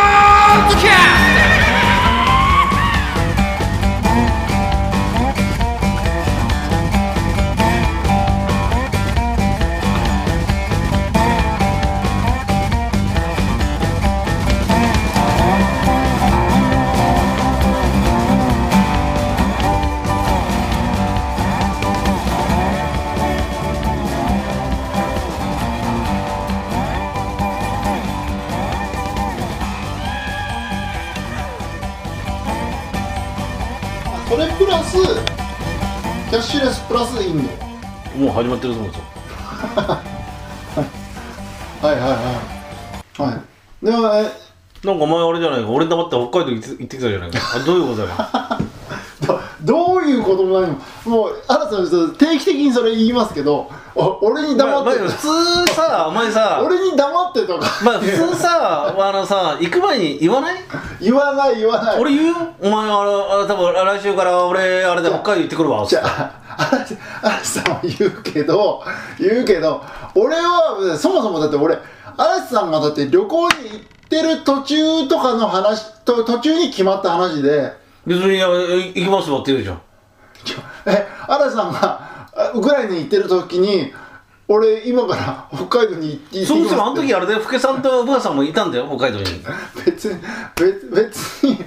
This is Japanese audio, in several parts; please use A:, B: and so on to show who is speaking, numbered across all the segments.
A: ッドキャス
B: それプラスキャッシュレスプラスインド
C: もう始まってると思うんですよ
B: はいはいはいはいでもえ
C: なんかお前あれじゃないか俺黙って北海道行って行ってきたじゃないかあどういうことだよ
B: どどういうことも何ももう新たな人定期的にそれ言いますけどお俺に
C: まあ
B: 黙っ
C: まあ
B: て、
C: 普通さお前さ
B: 俺に黙ってとか
C: まあ普通さあのさ行く前に言わない
B: 言わない言わない
C: 俺言うよお前あのあ多分来週から俺あれで北海道行ってくるわ
B: じゃあ嵐嵐さんは言うけど言うけど俺はそもそもだって俺嵐さんがだって旅行に行ってる途中とかの話と途中に決まった話で
C: 別にあ行きますわって言うじゃん
B: ちょ え嵐さんがあウクライナに行ってる時に俺今から北海道に行って
C: そもそもあ
B: 行
C: の
B: ってき
C: 時あれだよ、福さんとブーさんもいたんだよ、北海道に。
B: ますって別に別別に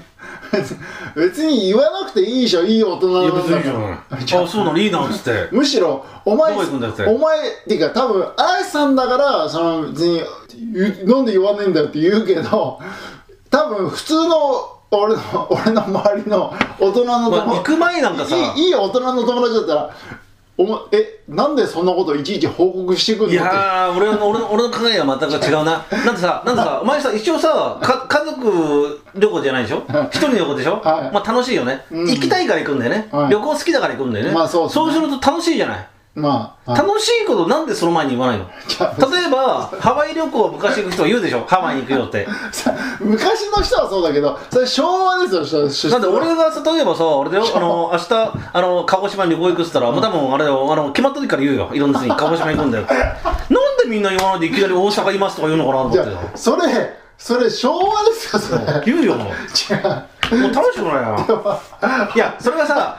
B: 別に別に言わなくていいでしょいい大人なんだか
C: あ、
B: ら
C: そうなの、いいなっつって。
B: むしろお前
C: どこ行くんだよそれ
B: お前っていうか多分嵐さんだからその別に言うなんで言わねえんだよって言うけど多分普通の俺の俺の周りの大人の友
C: まあ、行く前なんかさ、
B: いいいい大人の友達だったらお前えなんでそんなこといちいち報告してくんの
C: いやー、俺の、俺の、俺の考えは全く違うな。なんでさ、なんでさ、お前さ、一応さ、か家族旅行じゃないでしょ一人旅行でしょ
B: はい
C: まあ楽しいよね。
B: うん
C: 行きたいから行くんだよね。
B: はい
C: 旅行好きだから行くんだよね。
B: まあそうですね
C: そうすると楽しいじゃない。
B: まああ
C: 楽しいことなんでその前に言わないの
B: じゃあ
C: 例えば、ハワイ旅行を昔行く人言うでしょハワイに行くよっ て。
B: さ昔の人はそうだけどそれ昭和ですよしし
C: なんで俺がさ例えばさあれだよあの明日あの鹿児島に旅行行くっつったら、もう多分あれだよあの決まった時から言うよいろんな人に鹿児島行くんだよ ってなんでみんな言わないでいきなり大阪いますとか言うのかな
B: じ
C: と
B: ゃ
C: 思っ
B: あそれそれ昭和ですよそれ
C: て言うよもう
B: 違う
C: もう楽しくないないやそれがさ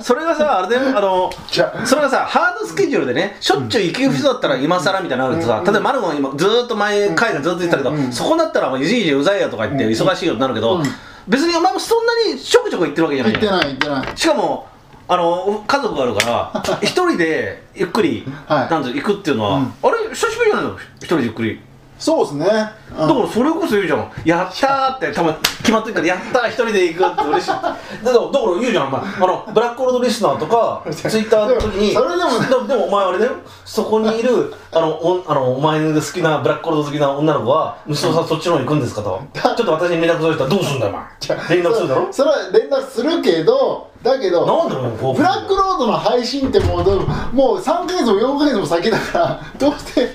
C: それがさあれだよあの
B: じゃあ
C: それがさハードスケジュールでねしょっちゅう行ける人だったら今更みたいなのあるけどさ例えばマルゴンは今ずーっと前回がずっと言ってたけどそこだったらもういじいじうざいやとか言って忙しいようになるけど別にお前もそんなにちょくちょく行ってるわけじゃな
B: 言
C: い
B: っ
C: じゃん
B: てない言ってない
C: しかもあの家族がある から一人でゆっくり、
B: はい
C: なんていうの行くっていうのは、
B: うん
C: あれ久しぶりじゃないの一人でゆっくり、
B: そうですね、うん
C: だからそれこそ言うじゃん「やった!」ってたま決まってるから「やった!」一人で行くって嬉しいだからだから言うじゃんお前あのブラックオールドリスナーと かツイッターの時に
B: でもそれでもね
C: でもでもお前あれだよそこにいるあのおあのお前の好きなブラックオールド好きな女の子は「息子さんそっちの方行くんですか?」 と「ちょっと私に連絡取れたらどうすんだよお前連絡するだろ?」
B: それは連絡するけどだけど
C: なんでお前こう
B: ブラックロードの配信ってもうどうもう3ヶ月も4ヶ月も先だから どうせどう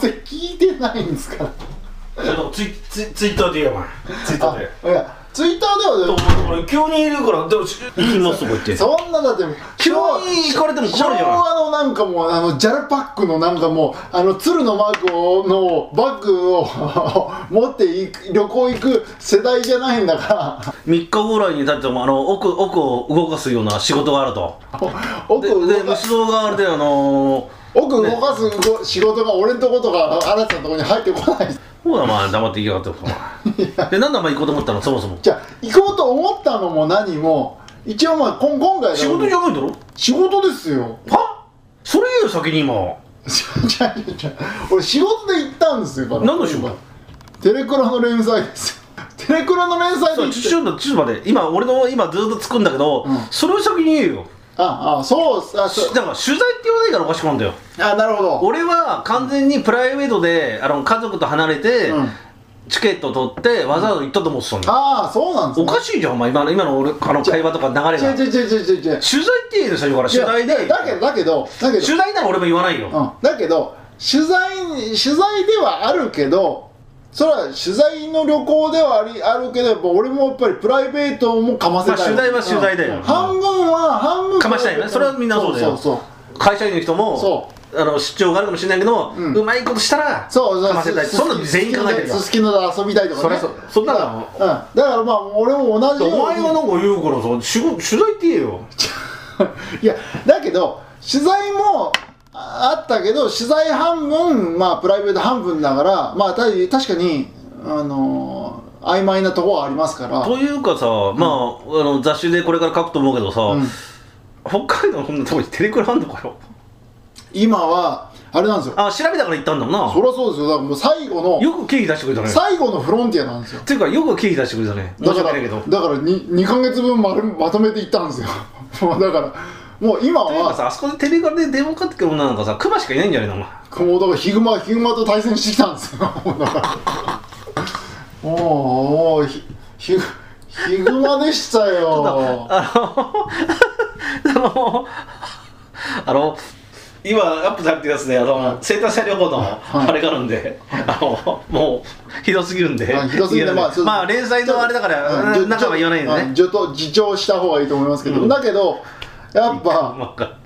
B: せ聞いてないんですから
C: いやでもツイツイツイッターで言えよお前ツイッターで
B: あいやツイッターでは
C: 俺急にいるからでもし行きますとか言って
B: そんなだって
C: 急に行かれても困るじゃん
B: 昭和のなんかもうあのジャルパックのなんかもうあの鶴のマークをのバッグを 持っていく旅行行く世代じゃないんだから
C: 3日後ぐらいにだってもあの奥奥を動かすような仕事があると
B: 奥
C: で
B: 動
C: で
B: か
C: 虫蔵があれであの
B: 奥動かすご仕事が俺のとことか新たなとこに入ってこない
C: ー、ほらまあ黙って行きやがってお前でなんでお前行こうと思ったのそもそも
B: じゃあ行こうと思ったのも何も一応まあ今今回だ
C: 仕事じゃないんだろ
B: 仕事ですよ
C: はそれ言うよ先に今
B: じゃあじゃあ俺仕事で行ったんですよから
C: 何の仕事
B: テレクラの連載ですよテレクラの連載で
C: そ
B: 行
C: う
B: っ
C: ちょ
B: て
C: っとちょっと待って今俺の今ずっとつくんだけど、
B: うん
C: それを先に言えよ
B: ああそうあそ
C: し
B: う
C: だから取材って言わないからおかしくなんだよ
B: あなるほど
C: 俺は完全にプライベートであの家族と離れて、
B: うん
C: チケット取ってわざわざ行ったと思ってたんだよ、
B: ああそうなんです
C: おかしいじゃんお前今の今の俺あの会話とか流れが
B: 違う
C: 取
B: 違う違う違う違う
C: 材って言うよ最初から
B: い
C: 取
B: や
C: 材で
B: だけどだけどだけど
C: 取材なら俺も言わないよ、
B: うん、だけど取材取材ではあるけどそれは取材の旅行ではありあるけどやっぱ俺もやっぱりプライベートもかませたい、
C: まあ取材は取材だよ
B: うん半分は半分
C: かましたいよねそれはみんなそうだよ
B: そうそう
C: 会社員の人も
B: そ
C: あの主張があるかもしれないけど、う
B: うん
C: まいことしたら
B: そうそう
C: かませたい
B: す
C: そんなの全員考えてるか
B: す
C: ら
B: すきので遊びたいと
C: そり
B: かね
C: ゃそうそんなのはもう
B: うん、だからまあ俺も同じように
C: お前がなんか言うからさ取取材って言えよ
B: いやだけど取材もああったけど取材半分まあプライベート半分だからまあた確かにあのー曖昧なとこはありますから
C: というかさ、まああの雑誌でこれから書くと思うけどさ、
B: うん
C: 北海道のこんなとこにテレクラあんのかよ
B: 今はあれなんですよ
C: あ調べたから行ったんだもん
B: そ
C: な
B: りゃそうですよだからもう最後の
C: よく経費出してくれたね
B: 最後のフロンティアなんですよ
C: っていうかよく経費出してくれたね申
B: だ
C: し
B: か
C: 訳
B: ら
C: ないけど
B: だ
C: っ
B: から 2, 2ヶ月分まるまとめて行ったんですよ もうだからもう今
C: ていうか
B: は
C: さあそこでテレクラで電話かかってくる女なんかさクマしかいないんじゃないのお前
B: もうだからヒグマヒグマと対戦してきたんですよもうだからもうひヒグヒグマでしたよ
C: あのあのあの今アップされてるやつであの生誕祭旅行の
B: はい
C: あれがあるんで、あのもうひどすぎるんで、
B: はいひどすぎるんで
C: 言え
B: ま
C: な
B: あ
C: い
B: そう
C: まあ連載のあれだから、
B: うん
C: 中は言わないんで
B: うん
C: ね、
B: ちょっと自重した方がいいと思いますけど、
C: うん
B: だけどやっぱ
C: まあ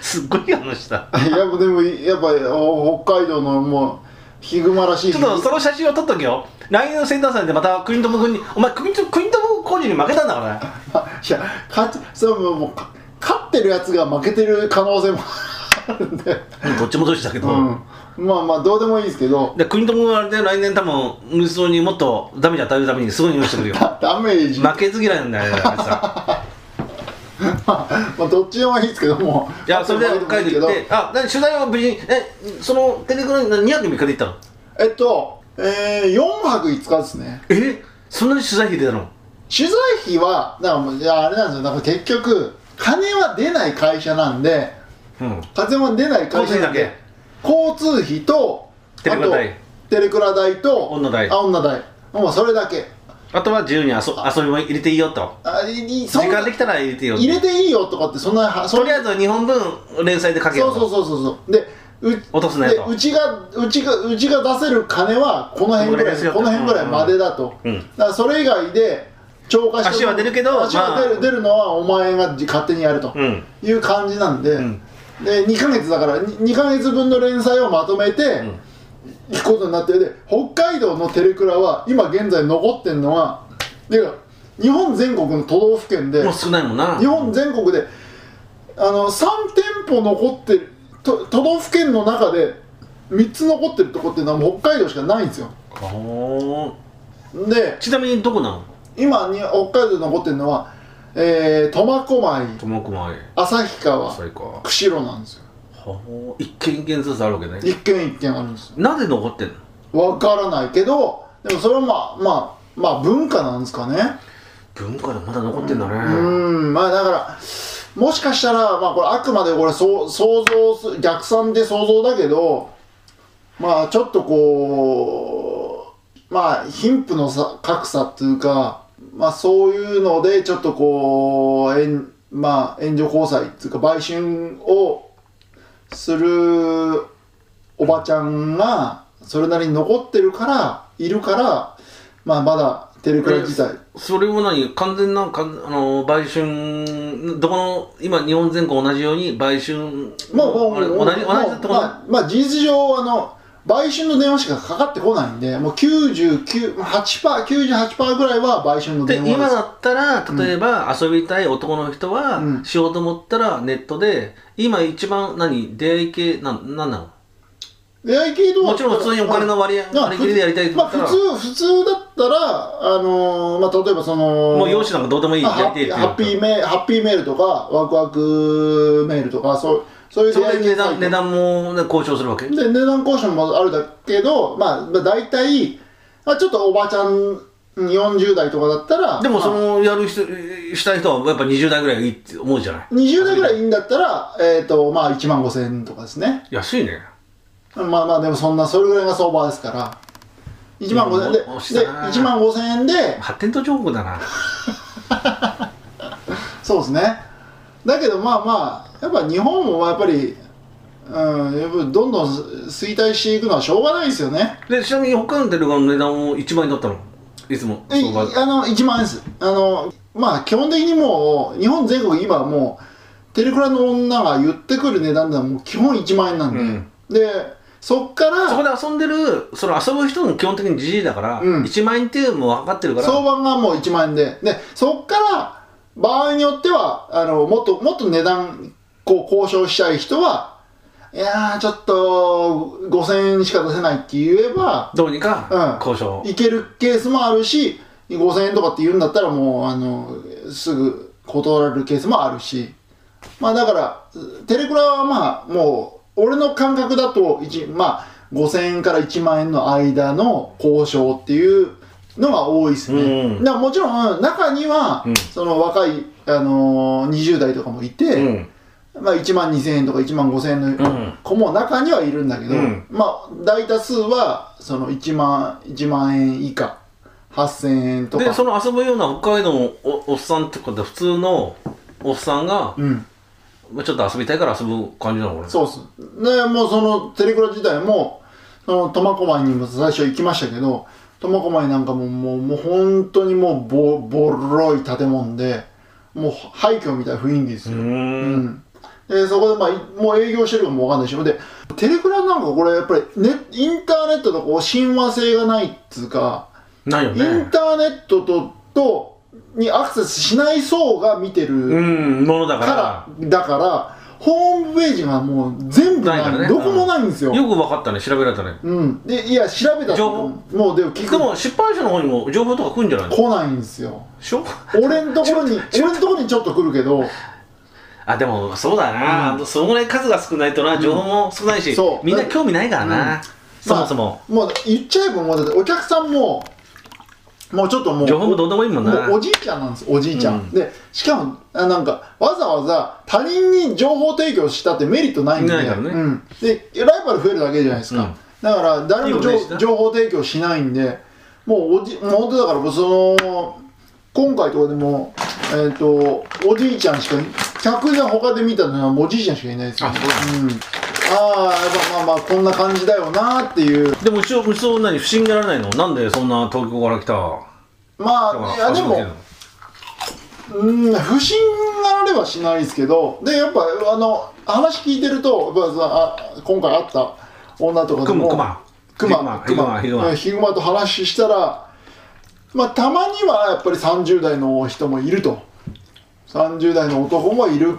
C: すっごい話した
B: やっぱでもやっぱお北海道のもうヒグマらしい
C: ちょっとその写真を撮っとけよ来年の生誕祭でまたクイントム君にお前クイントクイントムコーチに負けたんだからね
B: いや勝ちそうもうもうか勝ってるやつが負けてる可能性もあるんで、
C: どっちもどっちだけ
B: う
C: ど、
B: ん、まあまあどうでもいいですけど
C: でクイントムはあれで来年多分息子にもっとダメージ与えるためにすごい匂いしてくるよ
B: ダメージ、ま
C: 負けず嫌いなんだよ、あいつ ら
B: あ、まあどっちでもいいですけども
C: いや、それで北海道行って、あ、なに取材は無事に、え、その、テレクラに2泊3日で行ったの
B: えっと、えー、4泊5日ですね
C: えそんなに取材費出たの
B: 取材費はだからもういやあれなんですよだから結局金は出ない会社なんで
C: うん。
B: 金は出ない会社なんで交通費と
C: テレクラ代
B: あとテレクラ代と
C: 女代
B: あ女代もうそれだけ
C: あとは自由に遊遊びも入れていいよと。
B: あいい
C: 時
B: そんな
C: 間できたら入れていいよ。
B: 入れていいよとかってそんなはそ
C: と
B: ん
C: りあえず2本分連載でかけよ
B: そううそう
C: と。
B: そうそうそうでう
C: 落とすなよと
B: でうちがうちがうちが出せる金はこの辺ぐ
C: このぐらい
B: らい
C: ですよと
B: この辺ぐらいまでだと、
C: うん
B: だからそれ以外で超過して
C: 足は出るけど
B: 足は出る,、
C: まあ
B: 出るのはお前が勝手にやると
C: うん。
B: いう感じなんで、
C: ん
B: で2ヶ月だからに 2, ヶ月分の連載をまとめて、
C: ん
B: 行くことになってで北海道のテレクラは今現在残ってんのはで日本全国の都道府県で
C: もう少ないもんな。
B: 日本全国であの3店舗残ってると都道府県の中で3つ残ってるとこっていうのはもう北海道しかないんですよ
C: ほー
B: で
C: ちなみにどこなの
B: 今に北海道で残ってるのは、えー苫小牧
C: 苫小牧。
B: 旭川
C: 最高。
B: 釧路なんですよ
C: ほー一軒一軒ずつあるわけね。
B: 一軒一軒あるんですよ
C: なぜ残ってんの
B: わからないけどでもそれはまあまあまあ文化なんですかね
C: 文化でまだ残ってんだね。
B: うんまあだからもしかしたら、まあ、これあくまでこれそう想像す逆算で想像だけどまあちょっとこうまあ貧富のさ格差っていうか、まあ、そういうのでちょっとこう援,、まあ、援助交際っていうか売春をするおばちゃんがそれなりに残ってるからいるから、まあ、まだテレクラ自体。
C: それは何完全なかんあの売春どこの今日本全国同じように売春
B: まあ、まあ、
C: あれ同じ同じ
B: まあ
C: ってこと
B: まあ、まあ、事実上、あの、売春の電話しかかかってこないんで、もう99、8%、98%ぐらいは売春の
C: で
B: 電話で
C: 今
B: す。
C: だったら例えば遊びたい男の人は、
B: うん
C: しようと思ったらネットで今一番何出会い系なんなんなの
B: 出会い系と
C: もちろん普通にお金の割合
B: まあ
C: 割り切りでやりたいと
B: ま
C: 思っ
B: あ、
C: たら、
B: 普通、普通だったら、あのーまあ、例えばその、
C: もう容姿なんかどうでもいい
B: まあ
C: や
B: ハ
C: りてえ
B: ッピ
C: っていう
B: ーハッピーメール、ハッピーメールとか、ワクワクメールとか、そう、そういう
C: そ
B: 出
C: れ
B: 会い
C: で
B: 系
C: 値
B: サイ
C: 段
B: ト
C: 値段も、ね、交渉するわけ
B: で値段交渉もあるだけど、まあ、まあ、大体、まあ、ちょっとおばちゃんうん40代とかだったら、
C: でもそ
B: まあ
C: のやる人したい人はやっぱ20代ぐらいがいいって思うじゃない
B: 20代ぐらいいいんだったら、えっとまあ、1万5000円とかですね
C: 安いね
B: まあまあでもそんなそれぐらいが相場ですから1万5000円で,、
C: うん押し
B: で
C: たな
B: 1万5000円で
C: 発展途上国だな
B: そうですねだけどまあまあやっぱ日本もやっぱりうんやっぱりどんどん衰退していくのはしょうがないですよね
C: でちなみに他のテレビの値段も1万円だったのいつも
B: で
C: 相場
B: あの1万円ですあのまあ基本的にもう日本全国今はもうテレクラの女が言ってくる値段ではもう基本1万円なんで、
C: うん
B: でそっから
C: そこで遊んでるその遊ぶ人も基本的にじじいだから、
B: うん
C: 1万円っていうのも分かってるから
B: 相場がもう1万円ででそっから場合によってはあのもっともっと値段こう交渉したい人はいやーちょっと5000円しか出せないって言えば、
C: どうにか
B: うん
C: 交渉、
B: いけるケースもあるし5000円とかって言うんだったらもうあのすぐ断られるケースもあるしまあだからテレクラはまあもう俺の感覚だと一まあ5000円から1万円の間の交渉っていうのが多いですね、
C: うん
B: だからもちろん中には、
C: うん
B: その若い、あのー20代とかもいて、
C: うん
B: まあ、1万2000円とか1万5000円
C: うん
B: の子も中にはいるんだけど、
C: うん
B: まあ大多数はその1万1万円以下8000円とか
C: でその遊ぶような北海道のおおっさんってことで普通のおっさんが、
B: うん
C: まあちょっと遊びたいから遊ぶ感じなの俺
B: そうっすでもうそのテレクラ自体もその苫小牧にも最初行きましたけど苫小牧なんかももうもう本当にもうボボロい建物でもう廃墟みたいな雰囲気で
C: う
B: すよ、
C: ーん
B: でそこで、まあい、もう営業してるかもわかんないしでテレクラなんかこれやっぱりねインターネットとこう親和性がないっつうか、
C: ないよ
B: イン
C: ね
B: ターネットととにアクセスしない層が見て
C: う
B: る
C: んものだ
B: か、
C: から
B: だからホームページがもう全部ない
C: ないからね
B: どこもないんですよ、
C: らよく分かったね調べられたね
B: うん、でいや調べたって
C: 情報
B: もうでも聞
C: で
B: くも
C: も出版社の方にも情報とか来るんじゃないの
B: 来ないんですよ
C: でしょ
B: 俺のところに俺のところに ちょっと来るけど
C: あでもそうだな、そのぐらい数が少ないとな情報も少ないし、
B: そう
C: みんな興味ないからな、
B: うん
C: そもそも、
B: まあもう言っちゃえばもうだってお客さんももうちょっともう
C: 情報もどうでもいいもんな
B: もうおじいちゃんなんですおじいちゃん、
C: うん
B: でしかもあなんかわざわざ他人に情報提供したってメリットないんで
C: ないからね
B: うん、でライバル増えるだけじゃないですか、
C: うん
B: だから誰も
C: いいこと
B: 情
C: ですね
B: 情報提供しないんでもうおじもう本当だからその今回とかでもえっ、とおじいちゃんしか客で他で見たのはもうおじいちゃんしかいないですよ、ね、
C: あそ
B: うんああやっぱまあまあこんな感じだよなっていう
C: でもうちうちの女に不審がらないのなんでそんな東京から来た
B: まあいやでもうん不審がられはしないですけどでやっぱあの話聞いてるとやっぱさあ今回会った女とかで
C: クマ
B: も
C: クマ
B: クマ
C: ヒグマヒグマ
B: うんヒグマと話したらまあたまにはやっぱり30代の人もいると30代の男もいる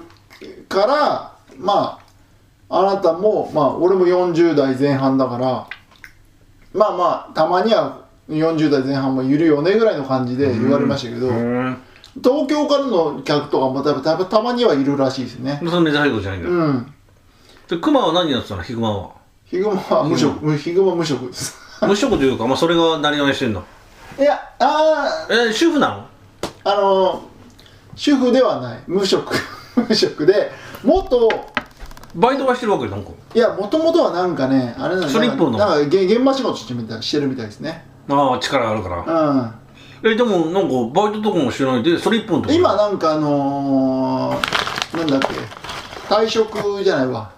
B: からまああなたもまあ俺も40代前半だからまあまあたまには40代前半もいるよねぐらいの感じで言われましたけど、
C: うん
B: 東京からの客とかもたたたまにはいるらしいですね
C: そんな珍しいことじゃないんだよ、
B: うん
C: でクマは何やってたのヒグマは
B: ヒグマは無職むヒグマ無職です
C: 無職というか、まあ、それが何々してんの
B: いやあ
C: えー主婦なの
B: ーあのー主婦ではない無職 無職で元
C: バイトはしてるわけなんか
B: いやもともとはなんかねあれなんだ
C: それ一本の
B: なんか現現場仕事してみたいしてるみたいですね
C: ああ力あるか
B: う
C: ら
B: ん
C: えでもなんかバイトとかもしてないでそれ一本ってこと
B: 今なんかあのー、なんだっけ退職じゃないわ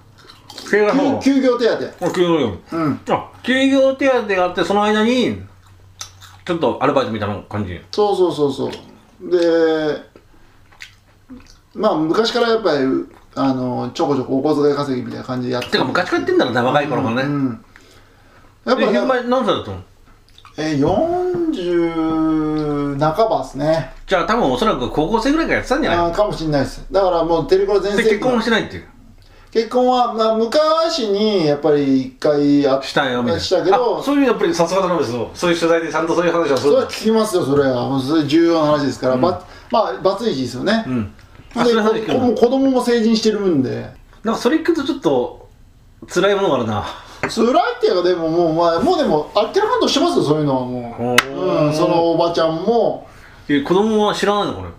C: 経営がそう
B: 休休業手当
C: あ休業よ
B: うん
C: あ休業手当があってその間にちょっとアルバイトみたいな感じ
B: そうそうそうそうでまあ昔からやっぱりあのちょこちょこお小遣い稼ぎみたいな感じでやって
C: てか昔からやってんだろうな若い頃から
B: う
C: ね、
B: ん、やっ
C: でヒグ
B: ぱね
C: マ何歳だったの
B: え40半ばですね
C: じゃあ多分おそらく高校生ぐらいからやってたんじゃ
B: あーかもしれないですだからもうテレコラ全
C: ないで
B: 盛
C: 結
B: 期
C: 婚も
B: の
C: してないっていう
B: 結婚は、まあ、昔にやっぱり一回あっ
C: したよみたいな
B: したけど
C: あそういうやっぱりさすが田辺さんのそういう取材でちゃんとそういう話はす
B: そ
C: るん
B: れは
C: だ
B: 聞きますよそれはもうそれ重要な話ですから、ばまあバツイチですよね、
C: うんあそう
B: で
C: いう話聞く
B: こもう
C: の
B: 子供も成人してるんで
C: なんかそれ聞くとちょっと辛いものがあるな
B: 辛いっていうかでももう、まあ、もうでもあっけらかんとしてますよそういうのはもう、うん、そのおばちゃんも
C: え子供は知らないのこれ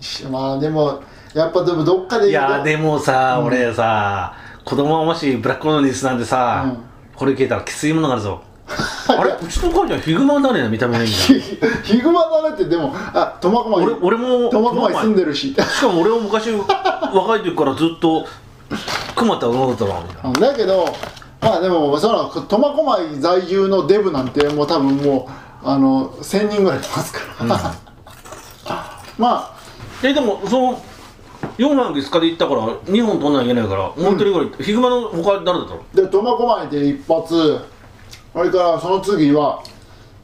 B: しまあでもやっぱでもどっかで
C: いやーでもさ、俺さ子供はもしブラックモノニスなんでさ、これ聞いたらきついものがある ぞあれうちの母ちゃんヒグマだね見た目がいいんだ
B: ヒ ヒグマだねってでもあ苫小牧
C: 俺俺も
B: 苫小牧住んでるし
C: しかも俺も昔若い時からずっとクマって女だったなみたいな
B: うんだけどまあでもその苫小牧在住のデブなんてもう多分もうあの1000人ぐらいいますから、まあ
C: えでもその4泊5日で行ったから2本取んなきゃいけないからもう一人ぐらいヒグマの他誰だったの
B: で苫小牧で一発それからその次は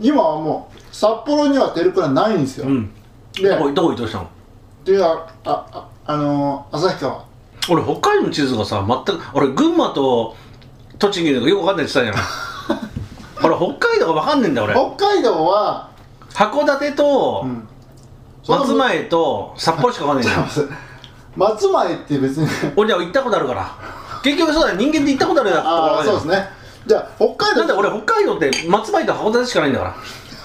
B: 今はもう札幌にはテルクラないんですよ、
C: うん
B: で
C: どこどこ移動したの
B: っていうのはあああのー旭川
C: 俺北海道の地図がさ全く俺群馬と栃木のよく分かんないって言ってたじ ゃん俺北海道が分かんねえんだ俺
B: 北海道は、
C: 函館と
B: うん
C: 松前と札幌しか分かんねえん だよ
B: 松前っ て別に
C: 俺は行ったことあるから結局そうだね人間って行ったことあるやつとこ
B: あ
C: ろ
B: あそうですねじゃあ北海
C: なん
B: 道
C: で俺北海道って松前と函館しかないんだか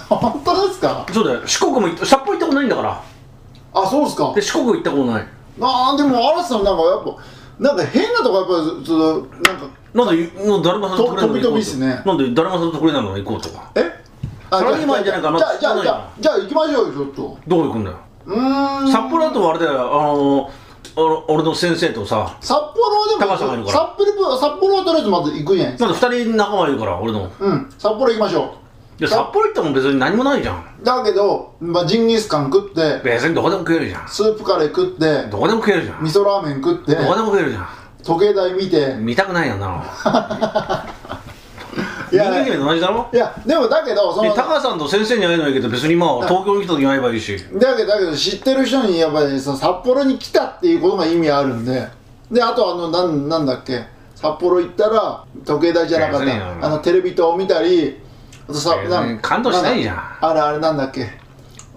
B: 本当ですから
C: そうだよ四国も行った札幌行ったことないんだから
B: あそうですか
C: で四国行ったことない
B: あーでも嵐さんなんかやっぱなんか変なとこやっぱそのなんか
C: なんでもう誰も誘ってくれないのに
B: と飛び飛
C: 行こう
B: び
C: と
B: っすね
C: なんで誰も誘ってくれないのに行こうとか
B: えあ
C: サラリーマンじゃないから
B: じゃあじゃ
C: ま
B: あ
C: あ
B: じゃあじゃあ行きましょうよちょっと
C: どこ行くんだよ
B: うーん
C: 札幌だとあれだよあのあの俺の先生とさ
B: 札幌はでも
C: 高橋さんがいるから
B: 札幌札幌はとりあえずまず行くじゃないですか
C: なんで二人仲間いるから俺の
B: うん札幌行きましょ
C: で札幌行っても別に何もないじゃん
B: うだけど、まあ、ジンギスカン食って
C: 別にどこでも食えるじゃん
B: スープカレー食って
C: どこでも食えるじゃん
B: 味
C: ど
B: 噌ラーメン食って
C: こでも食えるじゃ
B: 時計台見て
C: ん見たくないよな
B: い
C: 人
B: や
C: 間には同じだろ
B: いやでもだけどそ
C: で
B: の
C: 高橋さんと先生に会えないけど別にまあ東京に来た時に会えばいいし
B: だけどだけど知ってる人にやっぱりその札幌に来たっていうことが意味あるんでであとあのなんなんだっけ札幌行ったら時計台じゃなかっ
C: いやそれいい
B: た
C: な
B: あのテレビ塔を見たりあとさ
C: いや
B: なん
C: 感動しないじゃん
B: なだあれあれなんだっけ、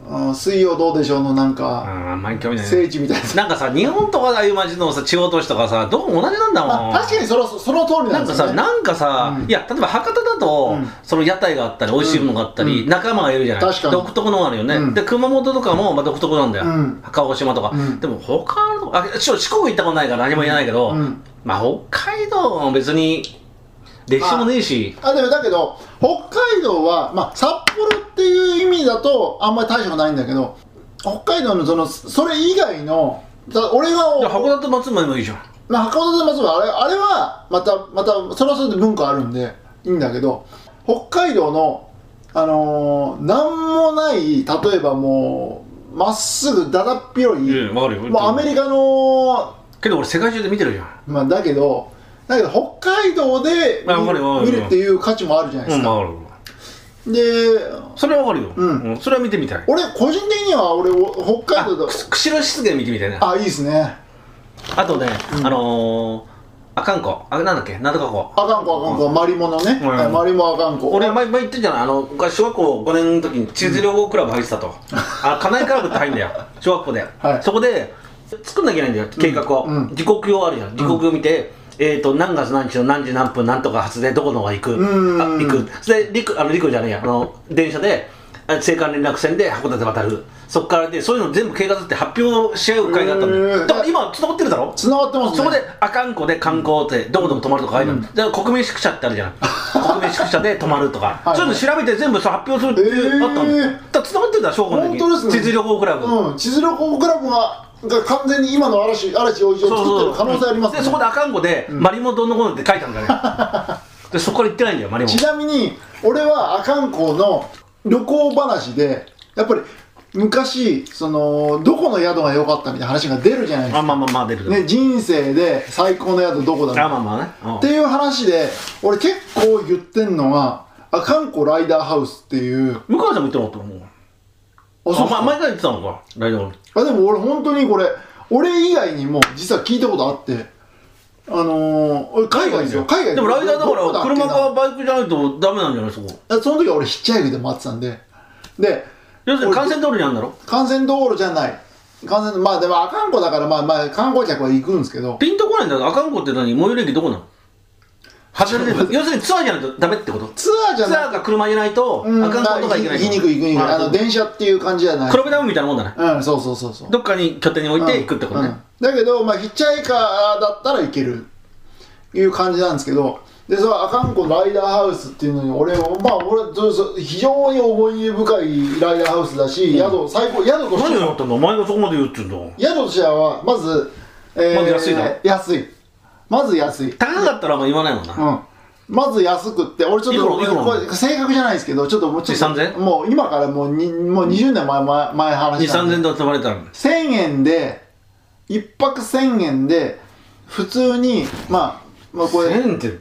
B: うん、水曜どうでしょうのなん
C: あ
B: か
C: んあんまり興味ない
B: 聖地みたい な
C: なんかさ日本とかああいう街のさ地方都市とかさどこも同じなんだも
B: あ
C: ん
B: 確かにそのその通りな
C: なんん
B: で
C: か
B: すよ
C: さ、
B: ね
C: なんかさ、
B: うん
C: いや、例えば博多だと、
B: うん
C: その屋台があったり、美味しいものがあったり、
B: う
C: 仲間がいるじゃない
B: 確かに
C: 独特のがあるよね、
B: うん
C: で、熊本とかも、まあ、独特なんだよ。
B: うん
C: 鹿児島とか。
B: うん
C: でも、他のとこ、あ、ちょ、四国行ったことないから何も言えないけど、
B: うん
C: まあ、北海道も別に、歴史もねえし、
B: あでもだけど北海道は、まあ、札幌っていう意味だとあんまり大したことないんだけど北海道のそのそれ以外のだ俺が
C: じゃあ函館松前もいいじゃん。
B: まあ、函館松葉あれあれはまたまたそれはそれで文化あるんでいいんだけど北海道のあのー、なんもない例えばもうまっすぐだだっ広
C: いや
B: い
C: いや、わかるよ。
B: もうアメリカの
C: けど、俺、世界中で見てるじゃん。
B: まあだけどだけど北海道で
C: あわかるよわか
B: 見
C: るよ
B: るっていう価値もあるじゃないで
C: う
B: す
C: ん、
B: か、
C: わかる。
B: で
C: それはわかるよ、
B: うん
C: うんそれは見てみたい。
B: 俺個人的には俺お北海道
C: あ
B: で
C: く釧路湿原見てみたいね。
B: あいいですね
C: あとね、あのー、あかんこ、あ、なんだっけ、なんとかこ。
B: あかんこあかんこマリモのね、
C: うん
B: はいマリモあかんこ
C: 俺前前言ってんじゃないあの僕は小学校5年の時に地図旅行クラブ入ってたと、あ家内クラブって入るんだよ小学校で、
B: はい
C: そこで作んなきゃいけないんだよ計画を、
B: うん
C: 時刻表あるじゃん時刻表見て、えー、と何月何日の何時何分何とか発でどこの方が行く、
B: うん
C: あ行くそれで陸あの陸じゃねえやあの電車であ青函連絡船で函館渡るそこからでそういうの全部計画って発表し合う会があったんだ
B: へー
C: よだから今繋がってるだろ
B: つながってますね
C: そこであかんこで観光ってどこでも泊まるとかああいうの、じゃあ国民宿舎ってあるじゃん国民宿舎で泊まるとか
B: はい
C: そういうの調べて全部そう発表するっていうのあったの、
B: え
C: だ
B: ー
C: から繋がってるんだ小学校の時
B: 本当ですね
C: 地図旅行クラブ、
B: うん、千鶴高クラブがが完全に今の嵐嵐洋一を作ってる可能性ありますね
C: でそこであかんこで、マリモどうのこうのって書いたんだね でそこから行ってないんだよマリモ
B: ちなみに俺は阿寒湖の旅行話でやっぱり昔そのどこの宿が良かったみたいな話が出るじゃないです
C: あ
B: か、
C: まあまあまあ出るけど
B: ね、人生で最高の宿どこだみたい
C: あ
B: な
C: まあまあねうん
B: っていう話で俺結構言ってんのが阿寒湖ライダーハウスっていう
C: 向川さんも行ってなかったと思う
B: あ
C: あ、
B: そう
C: ま、前から言ってたのか大丈夫
B: あでも俺本当にこれ俺以外にも実は聞いたことあってあのー、俺海外ですよ海外
C: でもライダーだ
B: どこ
C: から
B: っけな
C: 車かバイクじゃないとダメなんじゃないそこ
B: だからその時は俺ヒッチハイクで待ってたんでで
C: 要するに幹線道路にあるんだろ
B: 幹線道路じゃない幹線まあでも阿寒湖だからまあまあ観光客は行くんですけど
C: ピンとこないんだけど、あかんこって何最寄り駅どこなの外れてる。要するにツアーじゃないとダメってこと
B: ツアーじ
C: ツ
B: ゃ
C: ア
B: な
C: ーか車じゃないと、
B: うん
C: あかんことがいけない。
B: 行きにくい行きにくいあの電車っていう感じじゃない
C: 黒部ダムみたいなもんだね。
B: うんそうそうそうそう
C: どっかに拠点に置いて行くってこと
B: う
C: ね
B: ん。だけど、まあ、ヒッチハイカーだったらいけるいう感じなんですけどでその阿寒湖ライダーハウスっていうのに俺もまあ俺そうそう非常に思い出深いライダーハウスだし、宿最高宿とし
C: 何
B: て
C: をやったんだお前がそこまで言うっつうんだ。
B: 宿としてはまず、え
C: まず安いだろ
B: 安いまず安い、うん、
C: 高かったらあんま言わないもんな。
B: まず安くって俺ちょっと
C: いくらいくら
B: これ正確じゃないですけどちょっともうちょっと
C: 2000
B: もう今からもうにもう20年前前前話
C: 2、
B: した
C: 3000
B: んで
C: 円で集まれたら。
B: 1000円で一泊1000円で普通にまあまあこれ
C: 1000円って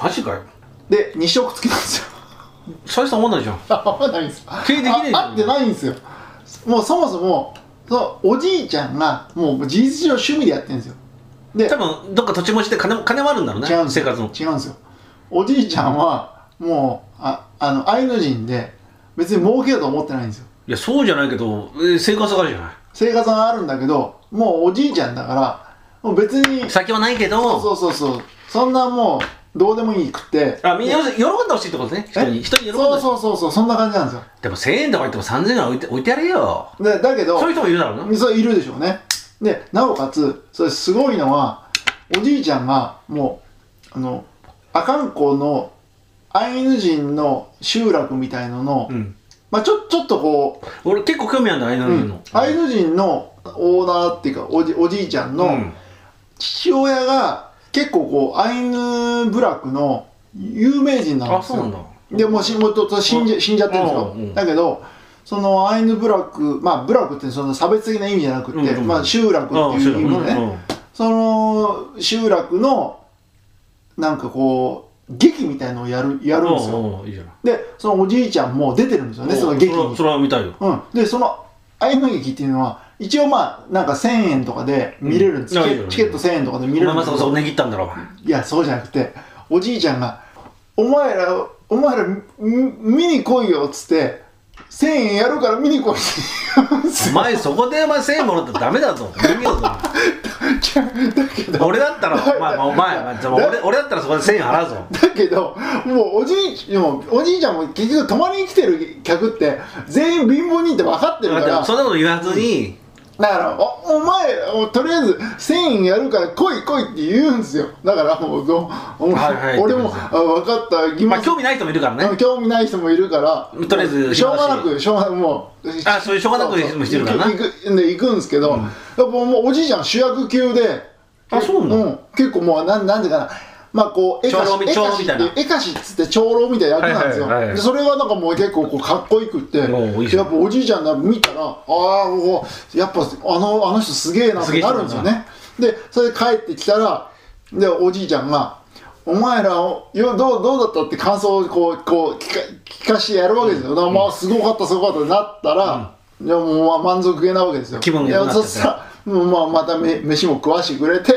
C: マジかよ
B: で2食付きなんですよ
C: 最初思わないじゃん
B: あ合わないんです
C: 経営できないじゃん
B: あ合ってないんですよもうそもそもそのおじいちゃんがもう事実上趣味でやってるんですよで
C: 多分どっか土地持ちで金も金もあるんだろうね
B: 違うんです
C: 生
B: よ
C: 活の
B: 違うんですよおじいちゃんはもうああのアイヌ人で別に儲けようと思ってないんですよ
C: いやそうじゃないけど、えー生活があるじゃな
B: 生活があるんだけどもうおじいちゃんだからもう別に
C: い先はないけど
B: そうそうそうそんなもうどうでもいいくって
C: あみんな要するに喜んでほしいってことね人に
B: え
C: 人に喜んでほしい
B: そ
C: う
B: そうそうそうそんな感じなんですよ
C: でも1000円とか言っても3000円は置いて置いてやれよ
B: でだけど
C: そういう人もいるだろうな
B: それいるでしょうねでなおかつそれすごいのはおじいちゃんがもうあの阿寒湖のアイヌ人の集落みたいのの、
C: うん
B: まあ、ちょちょっとこ
C: 俺結構興味あるんだアイヌ
B: う、
C: 人
B: う
C: の
B: んアイヌ人のオーナーっていうかおじおじいちゃ
C: う
B: んの
C: ん
B: 父親が結構こうアイヌ部落の有名人なん
C: あ
B: です
C: そうな
B: よ
C: んだ
B: でもうしもうとと死んじゃ死んじゃってるんですよ、
C: うんうん
B: だけどそのアイヌ部落まあ部落ってその差別的な意味じゃなくて、
C: うんうん
B: まあ、集落
C: あ
B: っ
C: あ
B: て
C: そ
B: いう
C: だ
B: う意
C: う
B: 味でね、
C: んうん
B: その集落のなんかこう劇みたいのをやるやるんですよ、
C: うんうんいいじゃない
B: でそのおじいちゃんも出てるんですよねその
C: うん
B: 劇
C: れは
B: に
C: それは見たいよ
B: うん、でそのアイヌ劇っていうのは一応まあなんか1000円とかで見れるんです、
C: うんい
B: チケ
C: やいやいや
B: チケット1000円とかで
C: お
B: 見れる
C: 前ます
B: んで
C: さ
B: け
C: かそ
B: ど
C: こ値切ったんだろお前
B: いやそうじゃなくておじいちゃんが「お前らお前らみ見に来いよ」っつって「1000円やるから見に来い」って言うんです
C: お前そこでお前1000円もらったらダメだぞ無理だぞ
B: よだけど
C: 俺だったら お前まあお前まあでも俺俺だったらそこで1000円払うぞ
B: だけどもうおじいでもおじいちゃんも結局泊まりに来てる客って全員貧乏人って分かってるか
C: だっ
B: ら
C: てそんなこと言わずに
B: だから「おお前おとりあえず1000円やるから来い来い」って言うんですよだからもうど
C: は
B: お
C: いはい
B: 俺も「あ分かった行き
C: ま
B: ま
C: あ
B: す」
C: 興味ない人もいるからね
B: 興味ない人もいるから
C: とりあえず
B: しょうがなくしょうがなくもう
C: あそういうしょうがなく
B: そうそう
C: してるからな
B: 行く行くで行くんですけど、やっぱもうおじいちゃん主役級で
C: あそうなの
B: ん結構もうなんなんでかなまあこう絵
C: 長老み
B: 絵
C: 長老
B: 歌
C: み
B: 師
C: た
B: っ
C: いな
B: て絵歌師っつって長老みたいな役なんですよ、
C: はいはいはいはい
B: でそれはなんかもう結構こうかっこよくって
C: おういいじゃ
B: や
C: ん
B: っぱおじいちゃんが見たらああもうやっぱあのあの人すげえなってなるんですよねでそれで帰ってきたらでおじいちゃんが「お前らをよどうどうだった?」って感想をこうこう聞か聞かしてやるわけですよ、だからまあすごかったすごかったってなったら、いやもうまあ満足げなわけですよ
C: 気分が
B: い
C: 良く
B: や
C: なって
B: そ
C: ね
B: したらもうまあまため飯も食わしてくれて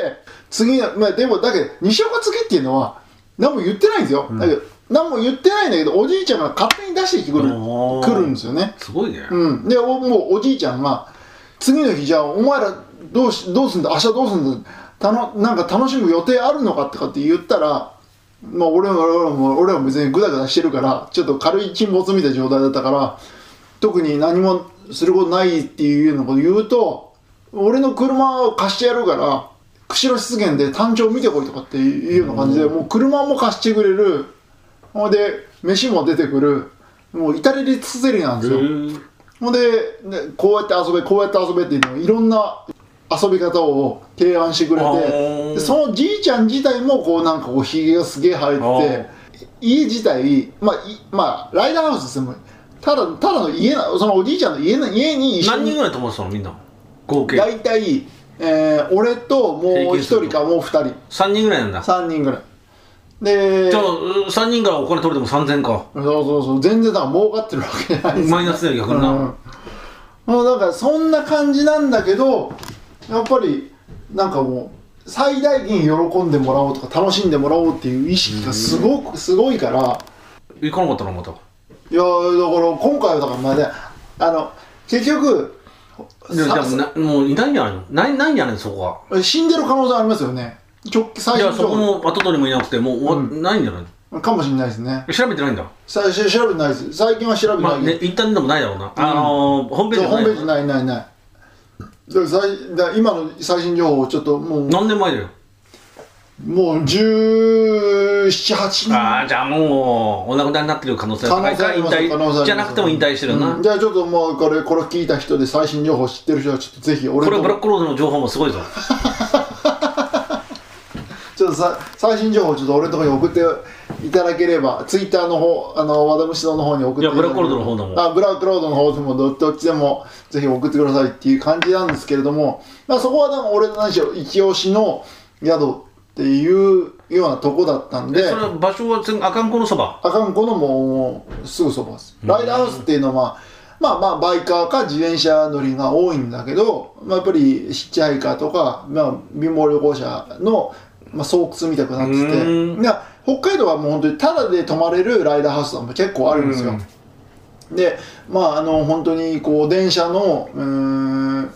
B: 次の、まあ、でもだけど二食付きっていうのは何も言ってないんですよ、だけど何も言ってないんだけどおじいちゃんが勝手に出してきてくる
C: おー
B: くるんですよね
C: すごいね
B: うん、でおもうおじいちゃんが次の日じゃあお前らどうしどうすんだ明日どうすんだたのなんか楽しむ予定あるのかとかって言ったら、まあ、俺は俺は俺は別にグダグダしてるからちょっと軽い沈没みたいな状態だったから特に何もすることないっていうのを言うと俺の車を貸してやるから釧路湿原で単調見てこいとかっていうような感じでもう車も貸してくれるほんで飯も出てくるもう至れり尽くせりなんですよ。ほんで、ね、こうやって遊べこうやって遊べっていうのをいろんな遊び方を提案してくれ
C: あ
B: て
C: ー
B: でそのじいちゃん自体もこうなんかこうひげがすげえ生えてて家自体、まあ、いまあライダーハウスですよただただの家なそのおじいちゃんの家の家に一緒
C: 何人
B: に
C: ぐらい友達なのみんな合計
B: 大体、えー、俺ともう一人かもう二人
C: 3人ぐらいなんだ
B: 三人ぐらいで
C: じゃあ
B: そう
C: 3人からお金取れても3000か
B: そうそう全然だから儲かってるわけじゃないですよ
C: マイナスだよ逆にな、
B: うん、もうなんかそんな感じなんだけどやっぱりなんかもう最大限喜んでもらおうとか楽しんでもらおうっていう意識がすごくすごいから
C: 行かなかったなまた
B: いやーだから今回はだからまあねあの結局
C: でも
B: さ
C: でもなもういないんじゃないのないないんじゃないのそこは
B: 死んでる可能性ありますよね直
C: い
B: 最
C: や
B: 初
C: そこ
B: 情
C: も後取りもいなくてもう終わ、ないんじゃない
B: 報かもしれないですね
C: の調べてないんだ
B: 最初調べてないです最近は調べて
C: ま
B: な
C: あ
B: い
C: ね
B: け
C: 一旦でもないだろうな、あのーホームページ
B: ど、そう
C: は
B: ホームペー
C: な
B: ジ
C: い
B: ないないないだから最だから今の最新情報をちょっともう
C: 何年前だよ
B: もう17、8
C: あ
B: 年
C: あじゃあもうお亡くなりになってる可能性が
B: 可
C: 高
B: 能
C: い
B: 性あ
C: か
B: り
C: 引
B: ます
C: 退じゃなくても引退してるよな、
B: うんじゃあちょっともうこれこれ聞いた人で最新情報知ってる人はちょっとぜひ俺
C: これブラッ
B: の
C: クローズの情報もすごいぞ
B: ちょっととさ最新情報ちょっと俺のところに送っていただければツイッターの方あの和田虫堂の方に送っていただければ
C: いやブラックロードの方でも
B: あブラックロードの方でもどどっちでもぜひ送ってくださいっていう感じなんですけれども、まあ、そこはなんか俺の何しろ一押しの宿っていうようなとこだったんで
C: でそれ場所は全アカンコのそば
B: 阿寒湖のもうすぐそばです、ライダーハウスっていうのは、まあ、まあバイカーか自転車乗りが多いんだけど、まあ、やっぱりヒッチハイカーとか、まあ、貧乏旅行者の、まあ、巣窟みたくなって
C: う
B: て
C: ん
B: で北海道はもう本当にタダで泊まれるライダーハウスとかも結構あるんですよ、でまああの本当にこう電車のうーん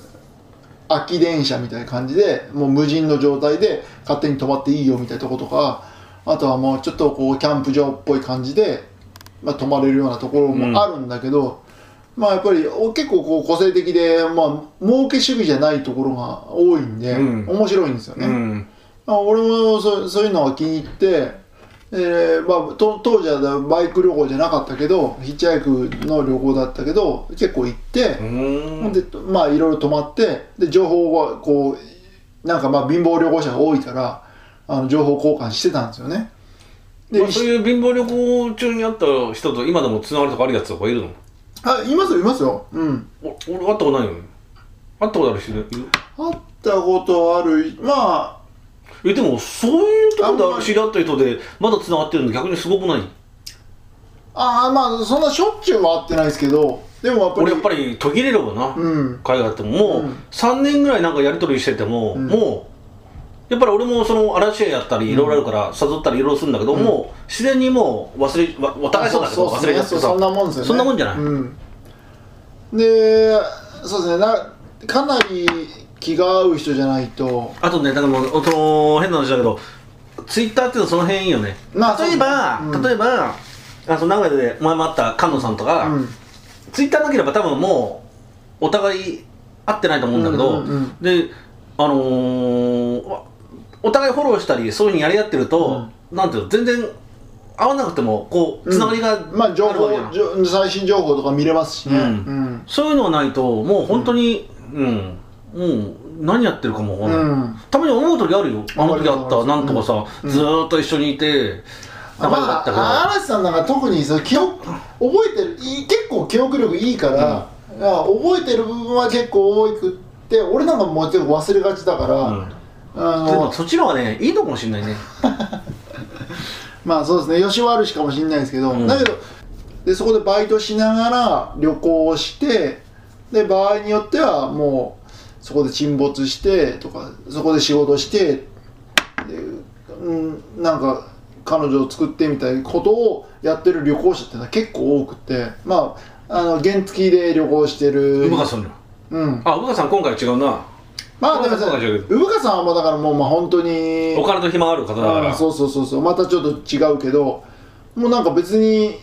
B: 空き電車みたいな感じでもう無人の状態で勝手に泊まっていいよみたいなとことかあとはもうちょっとこうキャンプ場っぽい感じで、まあ、泊まれるようなところもあるんだけど、まあやっぱりお結構こう個性的で、まあ儲け主義じゃないところが多いんで、
C: うん
B: 面白いんですよね。
C: うん
B: まあ、俺もそそういうのが気に入って、えーまあ、と当時はバイク旅行じゃなかったけどヒッチハイクの旅行だったけど結構行って
C: う、ん
B: でまあいろいろ泊まってで情報はこうなんかまあ貧乏旅行者が多いからあの情報交換してたんですよね。で、
C: まあそういう貧乏旅行中に会った人と今でもつながりとかあるやつとかいるの
B: あいますよいますよ。うん。
C: お俺会ったことないよ会ったことある人いる
B: 会ったことあるまあ
C: えでもそういうとこ
B: あん
C: ろ
B: まり
C: で知り合った人でまだつながってるの逆にすごくない
B: あーまあそんなしょっちゅうは会ってないですけどでもやっぱり
C: 俺やっぱり途切れればな、
B: うん
C: 海外ってもう
B: うん
C: 3年ぐらいなんかやり取りしてても、
B: うん
C: もうやっぱり俺もその嵐屋やったりいろいろあるから誘ったりいろいろするんだけど、もう自然にもう忘れわお互いそうだけど
B: そう
C: 忘れちゃって
B: そうそん
C: さ
B: なもんですよね
C: そんなもんじゃない
B: うんでそうですねなかなり気が合う人じゃないと
C: あとねだからもうその変な話だけどツイッターっていうのはその辺いいよね、
B: まあ
C: 例えば、
B: そうねうん
C: 例えばあその名古屋で前もあった菅野さんとか、
B: うん
C: ツイッターなければ多分もうお互い会ってないと思うんだけど、
B: うんうんうん
C: であのーわお互いフォローしたりそういうふうにやり合ってると、なんていうの全然会わなくてもこうつながりがある
B: まあ情
C: わ
B: 報
C: けじゃん、
B: じょ最新情報とか見れますしね、
C: うん
B: うん
C: そういうのがないともう本当にうん、もう何やってるかもわかんない、
B: うん
C: たまに思う時あるよあの時あっ
B: わ
C: た
B: か
C: な
B: る
C: んとかさ、
B: うん
C: ずーっと一緒にいて
B: ま
C: 仲良かったけど、
B: あ、嵐さんなんか特にその記憶覚えてるいい結構記憶力いいから、いや覚えてる部分は結構多くって俺なんかもう結構忘れがちだから、
C: うん
B: あ
C: でも
B: の
C: そっちの方がねいいのかもしれないね
B: まあそうですね吉悪しかもしれないですけど、
C: うん
B: だけどでそこでバイトしながら旅行をしてで場合によってはもうそこで沈没してとかそこで仕事してで、うん、なんか彼女を作ってみたいなことをやってる旅行者っていうのは結構多くてまああの原付で旅行してる
C: うぶかさんの
B: うん
C: あうぶかさん今回は違うな
B: まあでも
C: そう
B: さ
C: かそうか
B: 産川さんはもうだからもうまあ本当に
C: お金と暇がある方だか
B: あー
C: ら
B: そうそうそうそうまたちょっと違うけどもうなんか別に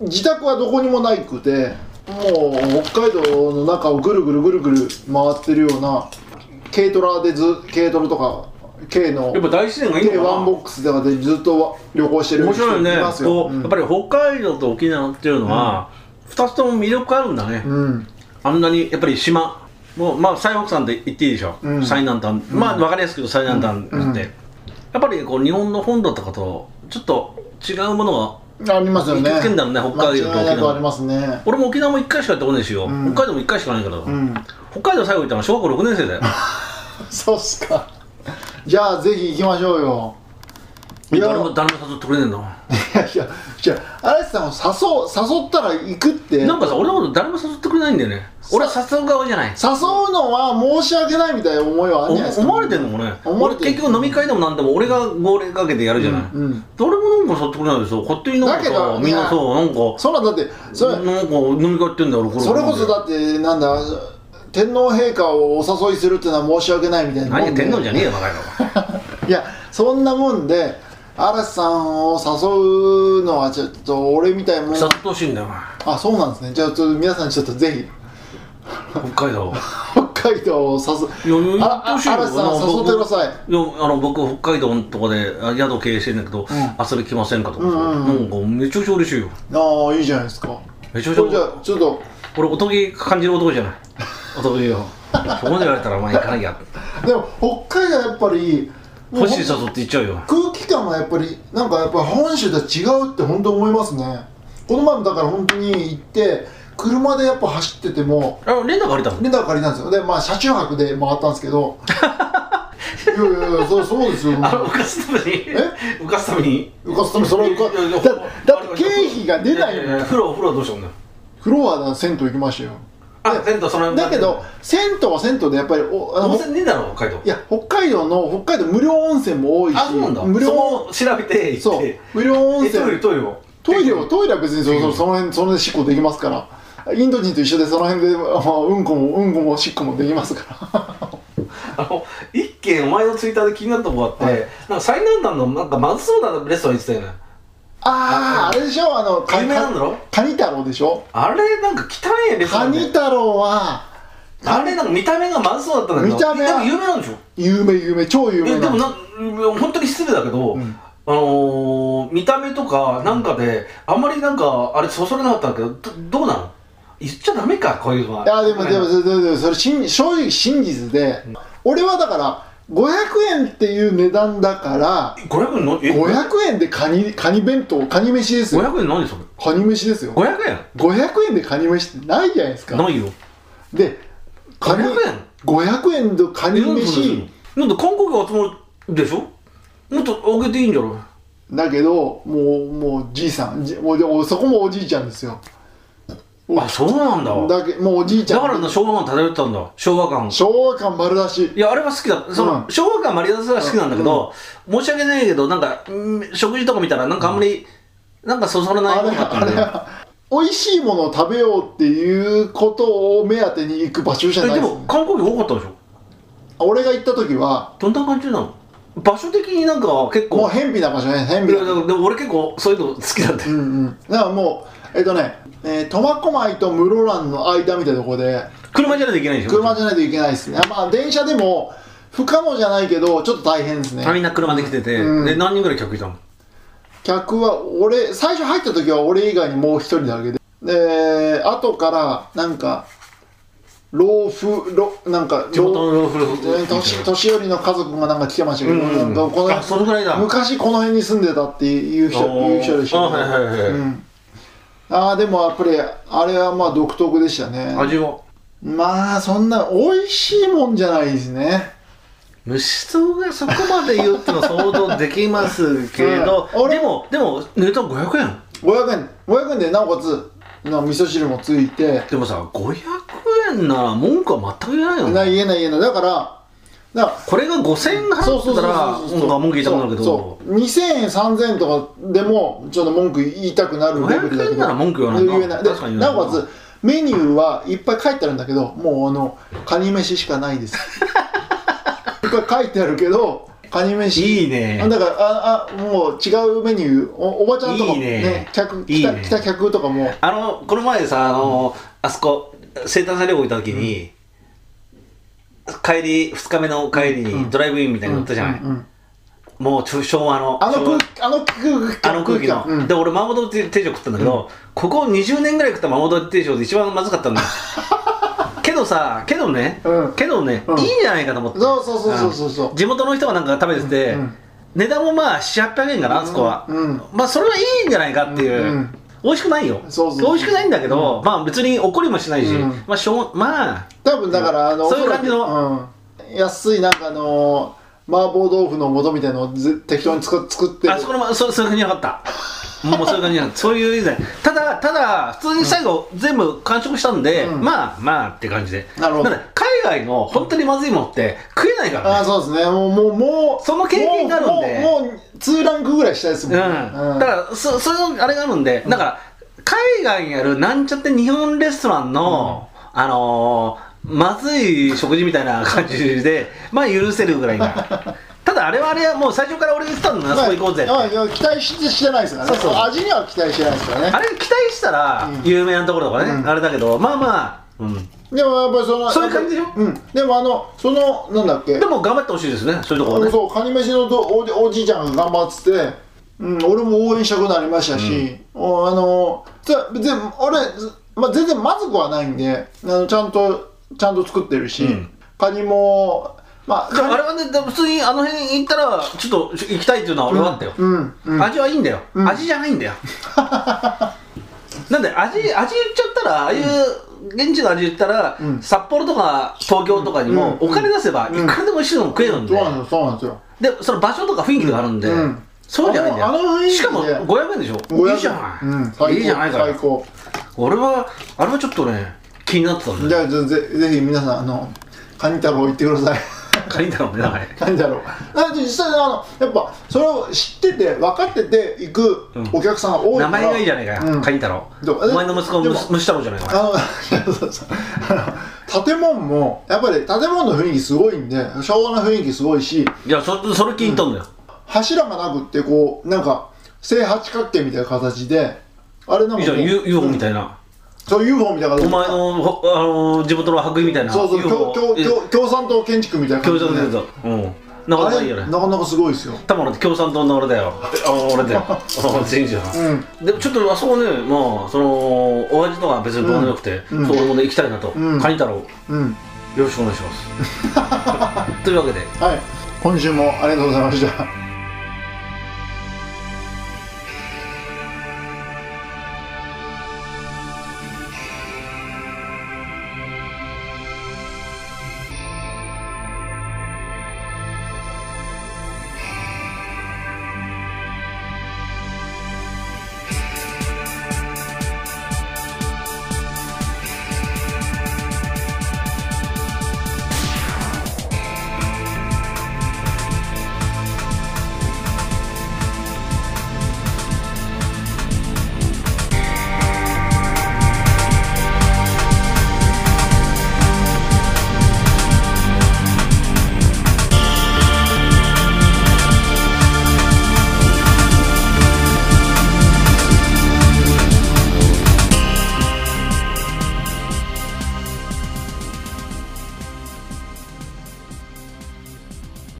B: 自宅はどこにもないくてもう北海道の中をぐるぐるぐるぐる回ってるような軽トラでず軽トラとか軽の
C: やっぱ大自然がいいの
B: 軽ワン
C: か
B: ボックスとかでずっと旅行して
C: な
B: る
C: 面白いよね
B: 人ますよ
C: こう、やっぱり北海道と沖縄っていうのは、二2つとも魅力あるんだね、
B: うん
C: あんなにやっぱり島もうまあ最北山って言っていいでしょ、
B: うん
C: 最南端、まあ分かりやすく言うと最南端って、
B: うんうん
C: やっぱりこう日本の本土とかとちょっと違うものが
B: ありますよね
C: 行きつけんだろうね北海道と沖縄
B: 間違いなくありますね
C: 俺も沖縄も1回しか行ったことないしよ、
B: うん
C: 北海道も1回しかないから、
B: うん
C: 北海道最後行ったのは小学校6年生だよ
B: そうっすかじゃあぜひ行きましょうよいや
C: 誰も誰も誘ってくれねえんだもん
B: いやいや、じゃあ、嵐さんを誘う、誘ったら行くって。
C: なんかさ俺のこと誰も誘ってくれないんだよね俺は誘う側じゃない
B: 誘うのは申し訳ないみたいな思いはあるんじゃないですか。
C: 思われてんのもね
B: 思われ
C: 俺
B: てる
C: 結局飲み会でもなんでも俺が号令かけてやるじゃない、
B: うんうん
C: 誰もなんか誘ってくれないでしょ勝手になんか
B: だけど
C: さみんなさなんか
B: そんなだって、それ、
C: なんか飲み会やってんだよ俺れ
B: それこそだって、なんだ、天皇陛下をお誘いするってのは申し訳ないみたいなもん
C: 何
B: で。
C: やってんのじゃねえよバカ野郎
B: いや、そんなもんで、嵐さんを誘うのはちょっと俺みたいなもん
C: 誘っ。てほしいんだよな
B: あ、そうなんですね。じゃあ、ちょっと皆さんちょっとぜひ、
C: 北海 道
B: 北海道を誘う。
C: いやいや
B: ああ
C: 言ってほしいよ
B: 嵐さん誘ってくださ
C: い
B: い。
C: やあの僕北海道のとこであ宿経営してんだけど、遊び来ませんかとかさ、
B: うんうん
C: なんかめちゃくちゃ嬉しいよ
B: ああ、いいじゃないですか。
C: めちゃくち
B: そ
C: ゃ
B: れじゃあ、ちょっと。
C: 俺おとぎ感じる男じゃ ないおとぎよそこまで言われたらお前行かなきゃ
B: でも北海道はやっぱり
C: 欲しい里って言っちゃうよ
B: 空気感がやっぱりなんかやっぱ本州とは違うって本当思いますねこの前もだから本当に行って車でやっぱ走ってても
C: あレンタカー借りたの
B: レンタカー借りたんですよでまあ車中泊で回ったんですけ どいやいやいやそうそうですよ
C: あれ浮かすために浮かすために
B: 浮かすためそれは浮
C: いやいや
B: かだだって経費が出ない
C: や
B: い
C: やや
B: もん
C: 風呂風呂どうしようもない
B: フロアな銭湯行きましたよ
C: あ銭湯その
B: だけど銭湯は銭湯でやっぱりおあ
C: 温
B: の
C: 泉ねえだろ北海道
B: いや北海道の北海道無料温泉も多いし
C: あそうなんだ
B: 無料
C: そこを調べて行っ
B: そう
C: て
B: 無料温
C: えトイレ
B: 泉
C: トイレを
B: トイレをトイレは別にそのその辺その辺執行できますからインド人と一緒でその辺で、まあ、うんこもうんこもしっこもできますから
C: あの一軒お前のツイッターで気になったとこあって、
B: はい
C: なんか最南端のなんかまずそうなレストラン行ってたよね
B: あああれでしょあのか
C: 有名なんだろ
B: カニ太郎でしょ
C: あれなんか汚いレスト
B: カ
C: ラン
B: ニ
C: で
B: 太郎は
C: あれなんか見た目がまずそうだったんだけど
B: 見た目
C: で
B: は
C: も有名なんでしょ
B: 有名有名超有
C: え
B: 名
C: で
B: な
C: も
B: んで
C: な本当に失礼だけど、
B: ん
C: あのー見た目とかなんかで、あんまりなんかあれそそれなかったんだけどどどうなの言っちゃダメかこういうのはい
B: やでもでもでもでもでもそれ真正直真実で、俺はだから500円っていう値段だから
C: 500円のえ
B: 500円でカニカニ弁当カニ飯ですよ
C: 500円何それ
B: カニ飯ですよ
C: 500円
B: 500円でカニ飯ってないじゃないですか
C: ないよ
B: でカニ
C: 500円
B: 500円のカニ
C: 飯
B: 飯
C: なんで韓国が集まるでしょもっと上げていいんじゃろ
B: だけどもうもうじいさんじもうでもそこもおじいちゃんですよ
C: あそうなんだだ
B: だけもうおじいちゃん
C: からな昭和感漂ってたんだ昭和感
B: 昭和感丸出し
C: いやあれは好きだその、
B: うん
C: 昭和感マリアスは好きなんだけど、申し訳ないけどなんか、うん食事とか見たらなんかあんまり、なんかそそらない
B: あ
C: も
B: れ
C: のだった
B: あ
C: んで
B: れ美味しいものを食べようっていうことを目当てに行く場所じゃ
C: え
B: な
C: で
B: いです、
C: も
B: ね、
C: 韓国多かったでしょ
B: 俺が行った時は
C: どんな感じなの場所的になんか結
B: もう
C: 構
B: 偏僻な場所ね偏
C: い
B: 僻
C: や
B: な
C: でもでも俺結構そういうの好きだって、
B: うんうんだからもうえっとねえー苫小牧と室蘭の間みたいなとこで
C: 車じゃないといけないでしょ
B: 車じゃないといけないですねまあ電車でも不可能じゃないけどちょっと大変ですね
C: みんな車で来てて、
B: うん
C: で何人ぐらい客いたの
B: 客は俺最初入った時は俺以外にもう一人だけでで後からなんか老夫老なんか
C: 地元の老夫
B: えー年年寄りの家族がなんか来てましたけど、
C: うんうん
B: なんかこの
C: あそのぐらいだ
B: 昔この辺に住んでたっていう人
C: おー
B: いう人でした
C: あはいはいはいはい
B: うんあーでもやっぱりあれはまあ独特でしたね
C: 味は
B: まあそんな美味しいもんじゃないですね
C: 虫草がそこまで言うってのは想像できますけど
B: うん俺
C: でもでも値段500円
B: 500円500円でなおかつな味噌汁もついて
C: でもさ500円なら文句は全く言えないよ
B: な
C: ね
B: 言えない言えないだからだから
C: これが5000円
B: そう
C: 払っ
B: そう
C: て
B: そ
C: た
B: うそう
C: ら
B: そう
C: なんか文句言いたくなるけど
B: そう2000円3000円とかでもちょっと文句言いたくなるレベルだけ
C: 500
B: ど
C: 円なら文句言わないな
B: 言えないで
C: 確かに言
B: な
C: わない
B: おかつメニューはいっぱい書いてあるんだけどもうあのカニ飯しかないです いっぱい書いてあるけどカニ飯
C: いいね
B: だからああもう違うメニューおおばちゃんとかも
C: いいね
B: 客来た
C: いいね
B: 来た客とかも
C: あのこの前さあの、あそこ生誕祭旅行行った時に、帰り2日目の帰りにドライブインみたいなの乗ったじゃない、
B: うんうん
C: もうちょ昭和の
B: あの
C: 昭和
B: 空気あの空気
C: あの空気の、
B: うん
C: で俺麻婆豆腐定食食ったんだけど、ここ20年ぐらい食った麻婆豆腐定食で一番まずか ったんだよけどさけどね、
B: うん
C: けどね、
B: うん
C: いいんじゃないかと思って
B: そうそうそうそうそうそうん
C: 地元の人がなんか食べてて、
B: うんうん
C: 値段もまあ700800円かなあそこは、
B: うん
C: まあそれはいいんじゃないかっていう、
B: うんうん
C: 美味しくないよ
B: そうそうそう
C: 美味しくないんだけど、まあ別に怒りもしないし、
B: うん
C: まあしょうまあ
B: 多分だからあの
C: そういう感じの、
B: うん、安いなんかあの麻婆豆腐の素みたいのをず適当に作作ってる
C: あそこのまそうそういう感じなかったもうそういう感じなかったそういう以前ただただ普通に最後全部完食したんで、
B: うん
C: まあまあって感じで
B: なるほど
C: だから海外の本当にまずいものって食えないからね
B: あそうですねもうもうもう
C: その経験があるんで
B: もうもうもう2ランクぐらい下ですもんね、
C: う、
B: うんん
C: だからそそれのあれがあるんで、だから海外にあるなんちゃって日本レストランの、あのーまずい食事みたいな感じで まあ許せるぐらいなただあれはあれはもう最初から俺言ってたんだな、
B: まあ
C: そこ行こうぜって
B: まあいや期待してしてないですからね
C: そうそう
B: 味には期待してないですから
C: あ
B: ね
C: れ期待したら
B: うん
C: 有名なところとかね、
B: うん
C: あれだけどまあまあ、うん、
B: でもやっぱりその
C: そういう感じでしょ
B: うんでもあのそのなんだっけ
C: でも頑張ってほしいですねそういうところはね
B: そうカニ飯のどおじおじいちゃんが頑張ってて、うん、俺も応援したくなりましたし、おあのじゃ別に俺、ずまあ、全然まずくはないんであのちゃんとちゃんと作ってるし、
C: うん
B: カニもまあ
C: でもあれはねでも普通にあの辺行ったらちょっと行きたいっていうのは俺はあったよ、
B: うんうん
C: 味はいいんだよ、
B: ん
C: 味じゃない んだよなんで味味言っちゃったらああいう現地の味言ったら、
B: ん
C: 札幌とか東京とかにも
B: うん
C: お金出せばいく
B: ん
C: らでも美味しいのも食えるんで、
B: そうなんですよそうなんですよ
C: でその場所とか雰囲気とかあるんで、
B: うんうん
C: そうじゃないんだよ
B: あのあの雰囲気で
C: しかも500円でしょ
B: 500
C: いいじゃない、
B: うん、最高
C: いいじゃないか
B: 最
C: ら
B: 高
C: 俺はあれはちょっとね気になってたん
B: じ
C: だよ
B: ゃあぜぜぜひ皆さんあのカニ太郎行ってください
C: カニだろうねだからね
B: カニ太郎だって実際ねあのやっぱそれを知ってて分かってて行く
C: うん
B: お客さんが多
C: 名
B: いから、
C: 前がいいじゃないかよ、
B: うん
C: カニ太郎
B: でも
C: お前の息子
B: で
C: む
B: も
C: 虫太郎じゃないか
B: あのそうそうあの建物もやっぱり建物の雰囲気すごいんで昭和の雰囲気すごいし
C: いやそそれ聞いたんだよ、
B: 柱がなくってこうなんか正八角形みたいな形であれなん
C: いい
B: か
C: じゃん
B: こう
C: U- UFO みたいな、
B: そう UFO みたいな形
C: お前のほあの地元の白衣みたいな
B: そうそう共
C: UFO
B: 共
C: え
B: 共共産党建築みたいな
C: 共
B: 感
C: 産党だ
B: じで、ね、
C: ぞうんなかなかいいよ
B: あれ
C: ね
B: なかなかすごいですよ
C: 多分俺共産党の俺だよあ俺だよ俺全員じゃん
B: うん
C: でもちょっとあそこねまあそのお味とか別にどうでもよくて、
B: うん
C: そう俺もね行きたいなと、
B: うん
C: カニ太郎よ
B: うん
C: ろしくお願いしますというわけで
B: はい今週もありがとうございました